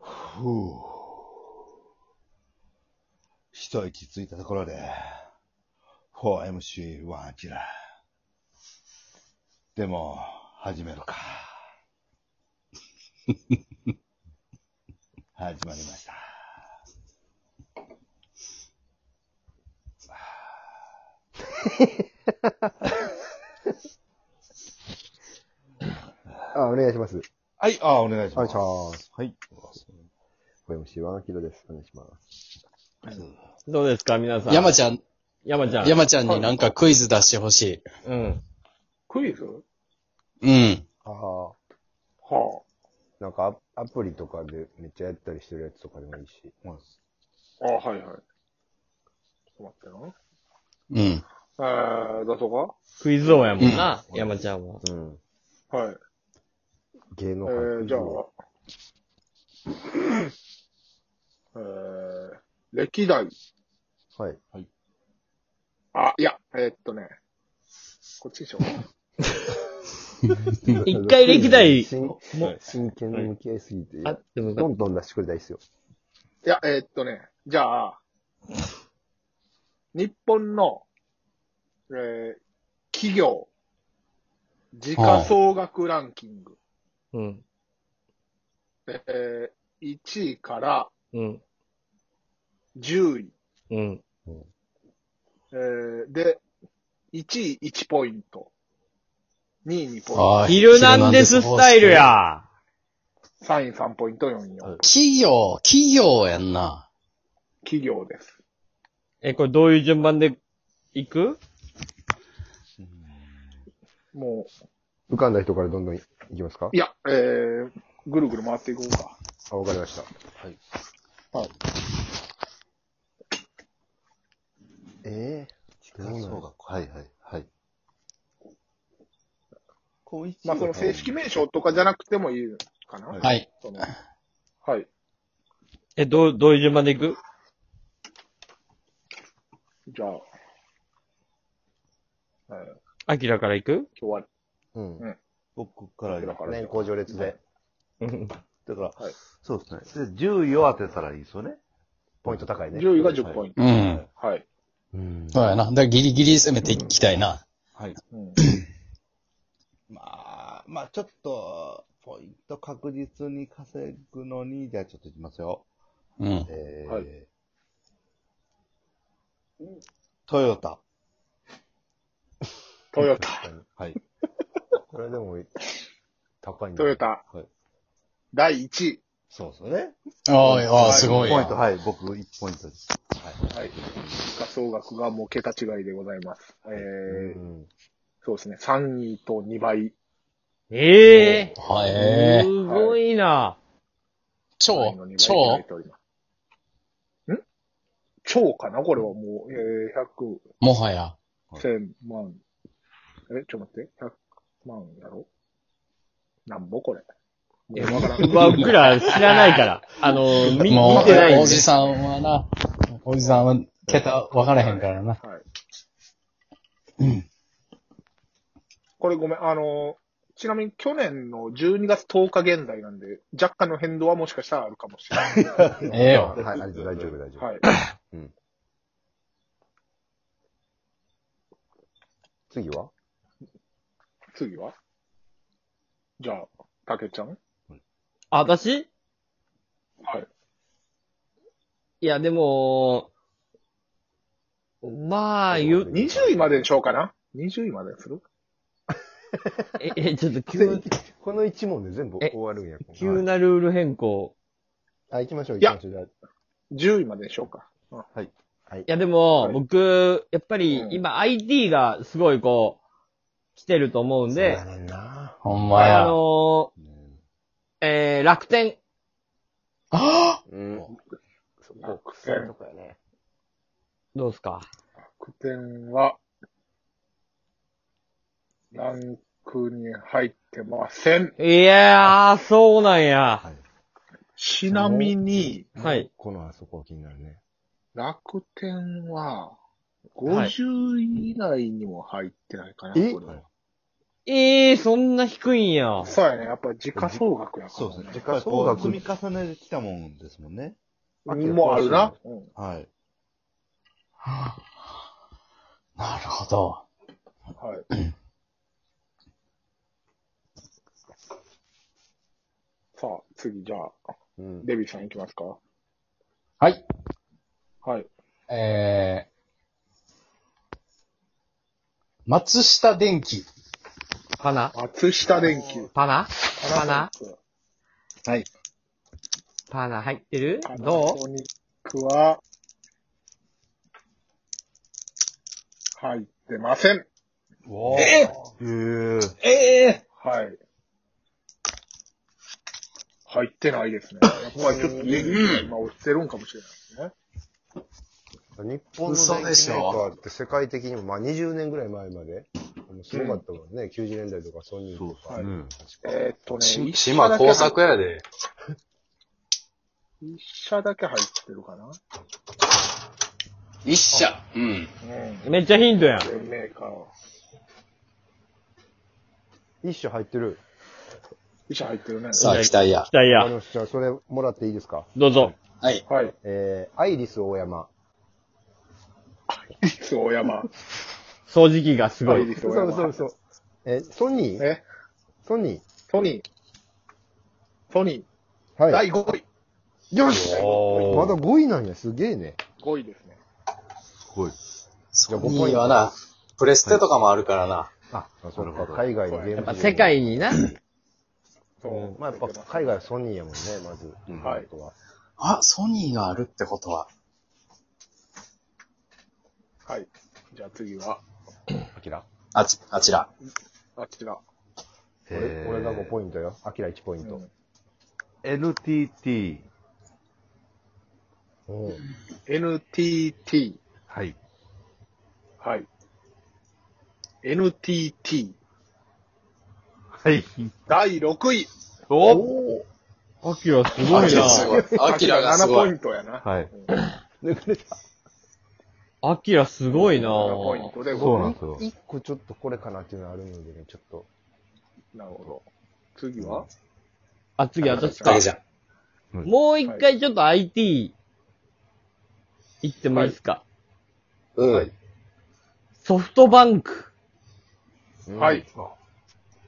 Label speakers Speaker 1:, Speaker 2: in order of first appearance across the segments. Speaker 1: ふぅ。一息ついたところで、4MC1 アキラ。でも、始めるか。 始まりました。
Speaker 2: あ、お願いします。
Speaker 1: はい、あ、お願いし
Speaker 2: お
Speaker 1: ま
Speaker 2: 願い
Speaker 1: す。
Speaker 2: します。
Speaker 3: はい。
Speaker 2: 小山市ワンキロです。お願いします。
Speaker 3: どうですか、皆さん。
Speaker 4: 山ちゃん、
Speaker 3: 山ちゃん。
Speaker 4: 山ちゃんになんかクイズ出してほし
Speaker 3: うん。
Speaker 5: クイズ
Speaker 4: い。うん。
Speaker 2: ああ。
Speaker 5: は
Speaker 2: なんかアアプリとかでめっちゃやったりしてるやつとかでもいいし。
Speaker 5: あ。あはいはい。ちょっと待って
Speaker 4: うん。
Speaker 5: な。えー、出そ
Speaker 3: クイズ王やもんな、山ちゃんは。
Speaker 2: うん。
Speaker 5: うかはい。
Speaker 2: 芸
Speaker 5: え
Speaker 2: 能界。
Speaker 5: ー、じゃあ。えー、歴代。
Speaker 2: はい。
Speaker 5: あ、いや、えーっとね。こっちで しょ。
Speaker 3: 一回歴代
Speaker 2: 真
Speaker 3: も
Speaker 2: 真剣に向き合いすぎて、
Speaker 3: あってもよか
Speaker 2: ど
Speaker 3: っ
Speaker 2: んどん出してくれたらいいっすよ。
Speaker 5: いや、えーっとね。じゃあ、日本の、えー、企業、時価総額ランキング。
Speaker 3: た。うん。
Speaker 5: えー、1位から
Speaker 3: うん。
Speaker 5: 10位。
Speaker 3: うん。
Speaker 5: えーで、1位1ポイント。2位2ポイン
Speaker 4: あー
Speaker 3: ヒルナンデススタイル。や。
Speaker 5: ト。3位3ポイント、4位4。
Speaker 4: 企業、企業やんな。
Speaker 5: 企業です。
Speaker 3: え、これどういう順番で行く
Speaker 5: も
Speaker 2: 浮かんだ人からどんどんいきますか
Speaker 5: う、いや、えー、ぐるぐる回っていこうか。
Speaker 2: あ、わかりました。
Speaker 5: はい。
Speaker 2: ええ
Speaker 1: そうが、はいはい、はい。
Speaker 5: まあ、その正式名称とかじゃなくてもいいかな。。
Speaker 4: はいい。
Speaker 5: そのはい。
Speaker 3: え、どう、どういう順番で行く
Speaker 5: じゃあ、えー
Speaker 3: アキラから行く
Speaker 5: 今日は、
Speaker 2: うん。
Speaker 1: 僕から
Speaker 5: だから、
Speaker 2: 年功序列で、
Speaker 3: うん。
Speaker 1: だから、
Speaker 5: はい
Speaker 1: そうですね。で、10位を当てたらいいですよね。
Speaker 2: ポイント高いね。
Speaker 5: 10位が10ポイント。
Speaker 4: うん。
Speaker 5: はい。
Speaker 2: うん。
Speaker 4: そうやな。だからギリギリ攻めていきたいな。
Speaker 1: はい。
Speaker 5: うん
Speaker 1: まあ、まあちょっと、ポイント確実に稼ぐのに、じゃあちょっといきますよ。
Speaker 4: うん。
Speaker 1: えー
Speaker 5: はい
Speaker 1: トヨタ。
Speaker 5: トヨタ、
Speaker 1: はい。
Speaker 2: これでも、高いんだ
Speaker 5: トヨ。タ、
Speaker 1: はい
Speaker 5: 第1位。
Speaker 1: そうですよね。
Speaker 4: あーあー、すごい
Speaker 1: ポイント、
Speaker 4: や。
Speaker 1: はい。僕1ポイントです。
Speaker 5: はい。時価総額がもう桁違いでございます。え
Speaker 2: う
Speaker 5: ー
Speaker 2: ん。
Speaker 5: そうですね。3位と2倍。
Speaker 3: ええ
Speaker 4: はい。
Speaker 3: ー。
Speaker 4: えー
Speaker 3: すごいな。
Speaker 4: 超
Speaker 5: 3位の、2倍いただい
Speaker 4: 超
Speaker 5: ております。ん超かなこれはもう、えー、
Speaker 4: もはや。
Speaker 1: はい
Speaker 5: 100、1000万。え、ちょっと待って。100万やろなんぼこれ。もうわからん。
Speaker 3: 僕ら知らないから。あの、み
Speaker 4: も
Speaker 3: 見てな
Speaker 4: う、
Speaker 3: いん
Speaker 4: お
Speaker 3: で
Speaker 4: じ。さんはな、おじさんは桁分からへんからな。
Speaker 5: はい。これごめん、あの、ちなみに去年の12月10日現在なんで、若干の変動はもしかしたらあるかもしれない。
Speaker 4: ええよ。
Speaker 2: はい、ありがとう大丈夫、大丈夫。
Speaker 5: はい。
Speaker 2: 次は
Speaker 5: 次はじゃあ、たけちゃん
Speaker 3: あ、私
Speaker 5: はい。
Speaker 3: いや、でも、まあ、言う、
Speaker 5: 20位までにしようかな ?20 位までにする
Speaker 3: え、え、ちょっと急、
Speaker 2: この一問で全部
Speaker 3: え
Speaker 2: 終わるんや。
Speaker 3: 急なルール変更。
Speaker 2: はい。あ、行きましょう、
Speaker 5: いや
Speaker 2: 行きましょう。
Speaker 5: ?10 位までにしようか。
Speaker 3: いや、でも、
Speaker 5: はい
Speaker 3: 僕、やっぱり
Speaker 5: うん
Speaker 3: 今 IT がすごいこう、来てると思うん
Speaker 2: じゃ
Speaker 3: で
Speaker 2: あ、そうやねんな。
Speaker 4: ほんま
Speaker 3: あ
Speaker 4: や。
Speaker 3: のー、えー、楽天。
Speaker 4: あ
Speaker 2: うん。そ
Speaker 5: こ
Speaker 2: く
Speaker 5: そういうと
Speaker 2: こやね。
Speaker 3: どうですか
Speaker 5: 苦点は、ランクに入ってません。
Speaker 3: いやー、そうなんや。
Speaker 5: ちなみに、
Speaker 3: はい。
Speaker 2: このあそこ気になるね。
Speaker 5: 楽天は、
Speaker 3: はい
Speaker 5: 50位以内にも入ってないかな、
Speaker 2: え
Speaker 5: これは
Speaker 3: ええー、そんな低いんや。
Speaker 5: そうやね。やっぱ時価総額やから、
Speaker 1: そうですね。
Speaker 5: ね。
Speaker 1: やっぱり
Speaker 2: 総
Speaker 1: こう
Speaker 2: 額
Speaker 1: 積み重ねてきたもんですもんね。
Speaker 5: もうあるな。うん
Speaker 1: はい。
Speaker 4: なるほど。
Speaker 5: はい。さあ、次、じゃあ、
Speaker 2: うん。
Speaker 5: デビーさんいきますか。
Speaker 4: はい。
Speaker 5: はい。
Speaker 4: えー、松下電器。
Speaker 3: パナ
Speaker 5: 松下電球。
Speaker 3: パナパナ
Speaker 1: はい。
Speaker 3: パナ入ってる
Speaker 5: パナ
Speaker 3: ど
Speaker 5: ソニックは、入ってません。
Speaker 4: え
Speaker 1: へえ。
Speaker 4: ええ
Speaker 5: はい。入ってないですね。やっぱりちょっと、今落ちてるんかもしれないですね。
Speaker 2: 日本の
Speaker 4: 嘘
Speaker 2: 電
Speaker 4: でし
Speaker 2: 機
Speaker 4: ょ
Speaker 2: メーカーって世界的にも、まあ20年ぐらい前まで、もうすごかったもんね。90年代とかソニー
Speaker 1: そう
Speaker 2: と
Speaker 1: です
Speaker 2: か。
Speaker 1: ね。
Speaker 5: えーっとね、
Speaker 6: し
Speaker 5: 一
Speaker 6: 島
Speaker 5: 社だけ
Speaker 6: 工作やで。
Speaker 5: 一社だけ入ってるかな。
Speaker 6: 一社。うん。
Speaker 5: うん。
Speaker 3: うめっちゃヒントやん。
Speaker 5: メーカーは。
Speaker 2: 一種入ってる。
Speaker 5: 一社入ってるね。
Speaker 6: さあ、期待や
Speaker 3: 期。待
Speaker 2: あ
Speaker 3: や。
Speaker 2: の、じゃあそれもらっていいですか
Speaker 3: どうぞ。
Speaker 6: はい。
Speaker 5: はい。
Speaker 2: えー、アイリス大山。
Speaker 5: リス大山。
Speaker 3: 掃除機がすご。
Speaker 5: はいい、
Speaker 2: そうそうそう。えー、ソニー
Speaker 5: え
Speaker 2: ソニ
Speaker 5: ソニー。ソニ
Speaker 2: ー。は
Speaker 5: ー。
Speaker 2: い。
Speaker 5: 第5位。
Speaker 2: よし
Speaker 3: おー
Speaker 2: まだ5位なんや、すげえね。
Speaker 5: 5位ですね。
Speaker 1: すごい。
Speaker 6: ソニーはな、プレステとかもあるからな。
Speaker 2: あ、そ
Speaker 1: なる
Speaker 2: っ
Speaker 1: ほ
Speaker 2: か、
Speaker 1: ど
Speaker 2: 海外のゲーム
Speaker 3: やっ
Speaker 2: 事
Speaker 3: ぱ
Speaker 2: 情
Speaker 3: 世。界にな。
Speaker 5: そう。
Speaker 2: まあやっぱ海外はソニーやもんね、まず。
Speaker 5: はい
Speaker 2: あとは
Speaker 6: あ、ソニーがあるってことは。
Speaker 5: はい。じゃあ次は、
Speaker 2: アキラ
Speaker 6: あち、あちら。
Speaker 5: あちら。
Speaker 2: 俺
Speaker 1: えー
Speaker 2: 俺が5ポイントよ。アキラ1ポイント。
Speaker 1: NTT。
Speaker 2: うん
Speaker 5: NTT。
Speaker 1: はい。
Speaker 5: はい。NTT。
Speaker 1: はい。
Speaker 5: 第6位。
Speaker 3: おおアキラすご
Speaker 6: あ
Speaker 3: い
Speaker 6: き
Speaker 3: な
Speaker 6: ら。すごい。あきらがす
Speaker 5: 7ポ
Speaker 6: ご
Speaker 5: イ
Speaker 6: い。
Speaker 5: ントやな。
Speaker 1: はい。
Speaker 2: 抜かれた。
Speaker 3: アキラすごいな
Speaker 5: 7ポイントで
Speaker 1: そうな
Speaker 5: 5
Speaker 1: んですよ。
Speaker 2: 1個ちょっとこれかなっていうのあるのでね、ちょっと。
Speaker 5: 位。なるほど。次は
Speaker 3: あ、次私
Speaker 6: だ
Speaker 3: か
Speaker 6: け。じゃん。
Speaker 3: もう一回ちょっと IT、行ってもいいですか、
Speaker 6: うん。
Speaker 3: ソフトバンク。
Speaker 5: はい。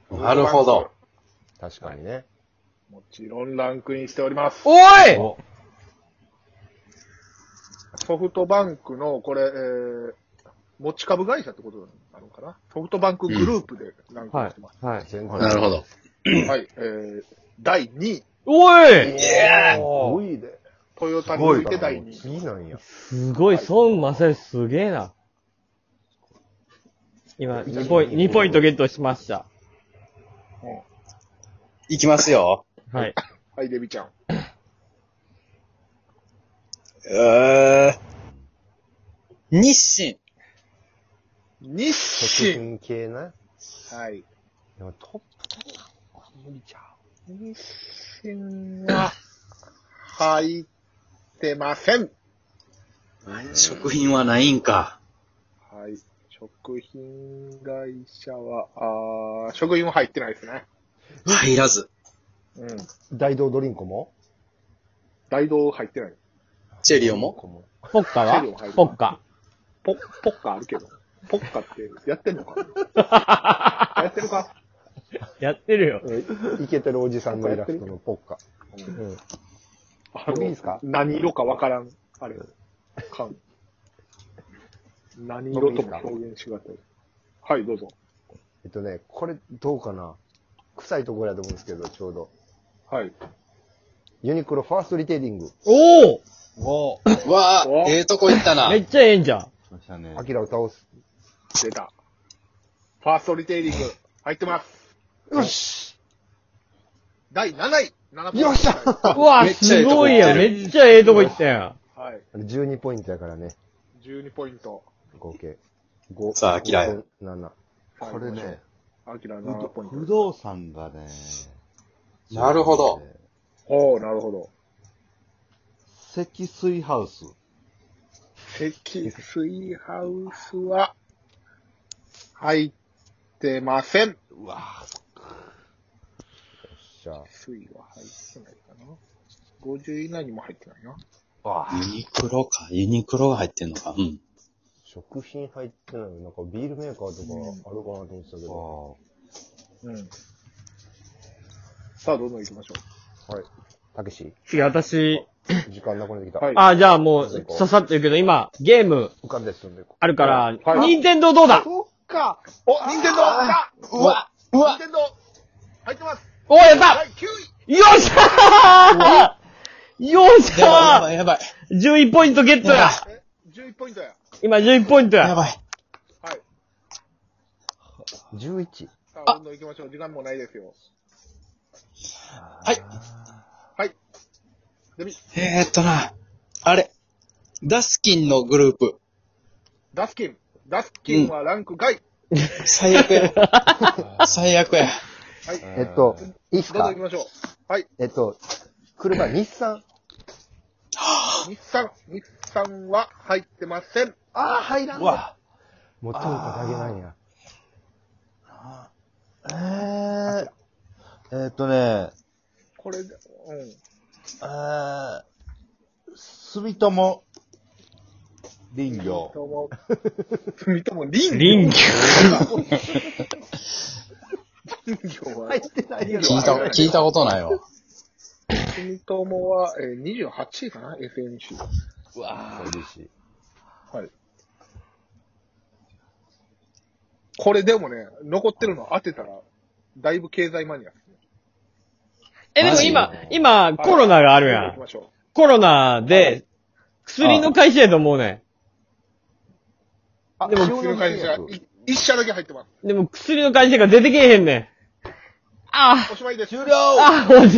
Speaker 6: なるほど。
Speaker 2: 確かにね。
Speaker 5: もちろんランクインしております。
Speaker 3: おい
Speaker 1: お
Speaker 5: ソフトバンクの、これ、えー、持ち株会社ってことなのかなソフトバンクグループでランクインしてます。
Speaker 3: はい。
Speaker 2: 全
Speaker 1: は
Speaker 2: 然。
Speaker 6: なるほど。
Speaker 5: はい、えー、第2位、
Speaker 3: おい
Speaker 2: 5位で。
Speaker 5: トヨタに続いて
Speaker 2: も
Speaker 5: 第
Speaker 2: う
Speaker 5: 2位。
Speaker 2: 次なんや。
Speaker 3: すごい、孫正義すげえな。今、2ポイント、2ポイントゲットしました。
Speaker 6: いきますよ。
Speaker 3: はい。
Speaker 5: はい、デビちゃん。
Speaker 6: えー。日清。
Speaker 5: 日
Speaker 2: 食
Speaker 5: 清。
Speaker 2: 品系な。
Speaker 5: はい。
Speaker 2: でもト
Speaker 5: 日清は、入ってません。
Speaker 6: 食品はないんか。
Speaker 5: はい。食品会社は、あー食品は入ってないですね。
Speaker 6: 入らず。
Speaker 5: うん。
Speaker 2: ップ、大道ドリンクも
Speaker 5: 大道入ってない。
Speaker 6: チェリオも
Speaker 2: も
Speaker 3: ポッカは
Speaker 5: チェリオ入る
Speaker 3: ポッカ。
Speaker 5: ポッ、ポッカあるけど。ポッカってやってんのかやってるか
Speaker 3: やってるよ。
Speaker 2: えイケてるおじさんのイラストのポッカ。うん。
Speaker 5: あ
Speaker 2: 僕いいですか
Speaker 5: 何色かわからん、あれ、缶。何色とも表現しがたい。はい、どうぞ。
Speaker 2: えっとね、これどうかな臭いところやと思うんですけど、ちょうど。
Speaker 5: はい。
Speaker 2: ユニクロファーストリテイリング。
Speaker 3: おお
Speaker 6: わあ
Speaker 5: お、
Speaker 6: ええとこ行ったな
Speaker 3: め。っちゃええんじゃん。
Speaker 1: 来ましたね
Speaker 2: ア。キラを倒す。
Speaker 5: 出た。ファーストリテイリング、入ってます。
Speaker 2: よし
Speaker 5: 第7位、7ポイント
Speaker 2: よっしゃ
Speaker 3: うわ、
Speaker 6: めっちゃえ
Speaker 3: す
Speaker 6: えとこ行
Speaker 3: ごい
Speaker 6: って
Speaker 3: や
Speaker 6: る
Speaker 3: ん。めっちゃええとこ行ったやん。
Speaker 5: はい、
Speaker 2: !12 ポイントやからね、
Speaker 5: 12ポイント。
Speaker 2: 合計。5
Speaker 6: さあアキラや。
Speaker 2: 7。
Speaker 1: これね、
Speaker 5: アキラ
Speaker 1: 不
Speaker 5: 7
Speaker 1: 動
Speaker 5: ポイン
Speaker 1: 不
Speaker 5: ト。
Speaker 1: 動産がね、
Speaker 6: なるほど。
Speaker 5: おおなるほど。
Speaker 1: 積水ハウス。
Speaker 5: 積水ハウスは、入っってません。
Speaker 1: うわぁ、
Speaker 2: じゃあ、
Speaker 5: 水位は入ってないかな。50以内にも入ってないな。
Speaker 1: うわぁ
Speaker 6: ユニクロか。ユニクロが入ってんのか。うん。
Speaker 2: 食品入ってないのなんかビールメーカーとかあるかなと思ってたけど。
Speaker 1: あ
Speaker 5: うん。さあ、どんどん行きましょ
Speaker 2: はい。たけし、
Speaker 3: 次、私、
Speaker 2: 時間なくなってきた。
Speaker 5: はい
Speaker 3: あ、じゃあもう、ささっと言うけど、今、ゲーム
Speaker 2: 浮かんで進んでいこう。
Speaker 3: あるから、
Speaker 5: はい
Speaker 3: 任天堂どうだ
Speaker 5: う。そっか。お、任天堂来た
Speaker 4: うわう
Speaker 5: 任
Speaker 4: わ
Speaker 5: 天堂入ってます
Speaker 3: おー、やった
Speaker 5: 第9位
Speaker 3: よっしゃーよっし
Speaker 4: やば
Speaker 3: ゃ
Speaker 4: いやばい
Speaker 3: ー !11 ポイントゲットや
Speaker 5: え、11ポイントや。
Speaker 3: 今11ポイント
Speaker 4: や
Speaker 3: や
Speaker 4: ばい。
Speaker 5: はい。
Speaker 2: 11。
Speaker 5: さあ、どんどん行きましょう。時間もないですよ。
Speaker 4: はい。
Speaker 5: デビ、
Speaker 4: えー、っとな、あれ、ダスキンのグループ、
Speaker 5: ダスキン。ダスキンはランク外。
Speaker 4: 最悪 や。最悪や。
Speaker 5: はい。
Speaker 2: えっと、いいっす
Speaker 5: どんどん
Speaker 2: か
Speaker 5: 行きましょう。はい。
Speaker 2: えっと、車、日産。
Speaker 5: 日産。日産は入ってません。
Speaker 2: ああ、入らんわ。もうトヨタだけなんや。
Speaker 1: えー、えーっとね、
Speaker 5: これで、うん。
Speaker 1: えー、住友林業。
Speaker 5: どうも。住友林業。
Speaker 3: 林業。
Speaker 5: 林業は
Speaker 2: 入、ってないやろ。
Speaker 4: 聞いた、聞いたことないわ。
Speaker 5: 住友は、えー、28位かな ?FNC。
Speaker 2: 嬉しい。
Speaker 5: はい。これでもね、残ってるの当てたら、だいぶ経済マニアですね。
Speaker 3: え、でも今、今、コロナがあるや
Speaker 5: はい行き
Speaker 3: ん。
Speaker 5: ましょ
Speaker 3: コロナで、薬の会社やと思うね
Speaker 2: あ
Speaker 5: う。でも、
Speaker 2: 塩
Speaker 5: 薬
Speaker 2: 野
Speaker 5: の会
Speaker 2: 製
Speaker 5: 社
Speaker 2: 薬、
Speaker 5: い一社だけ入ってます。
Speaker 3: ん。でも薬の会社が出てけえへんねん。あ
Speaker 5: おしまいです。
Speaker 1: 終了
Speaker 3: あ、ああ、落ち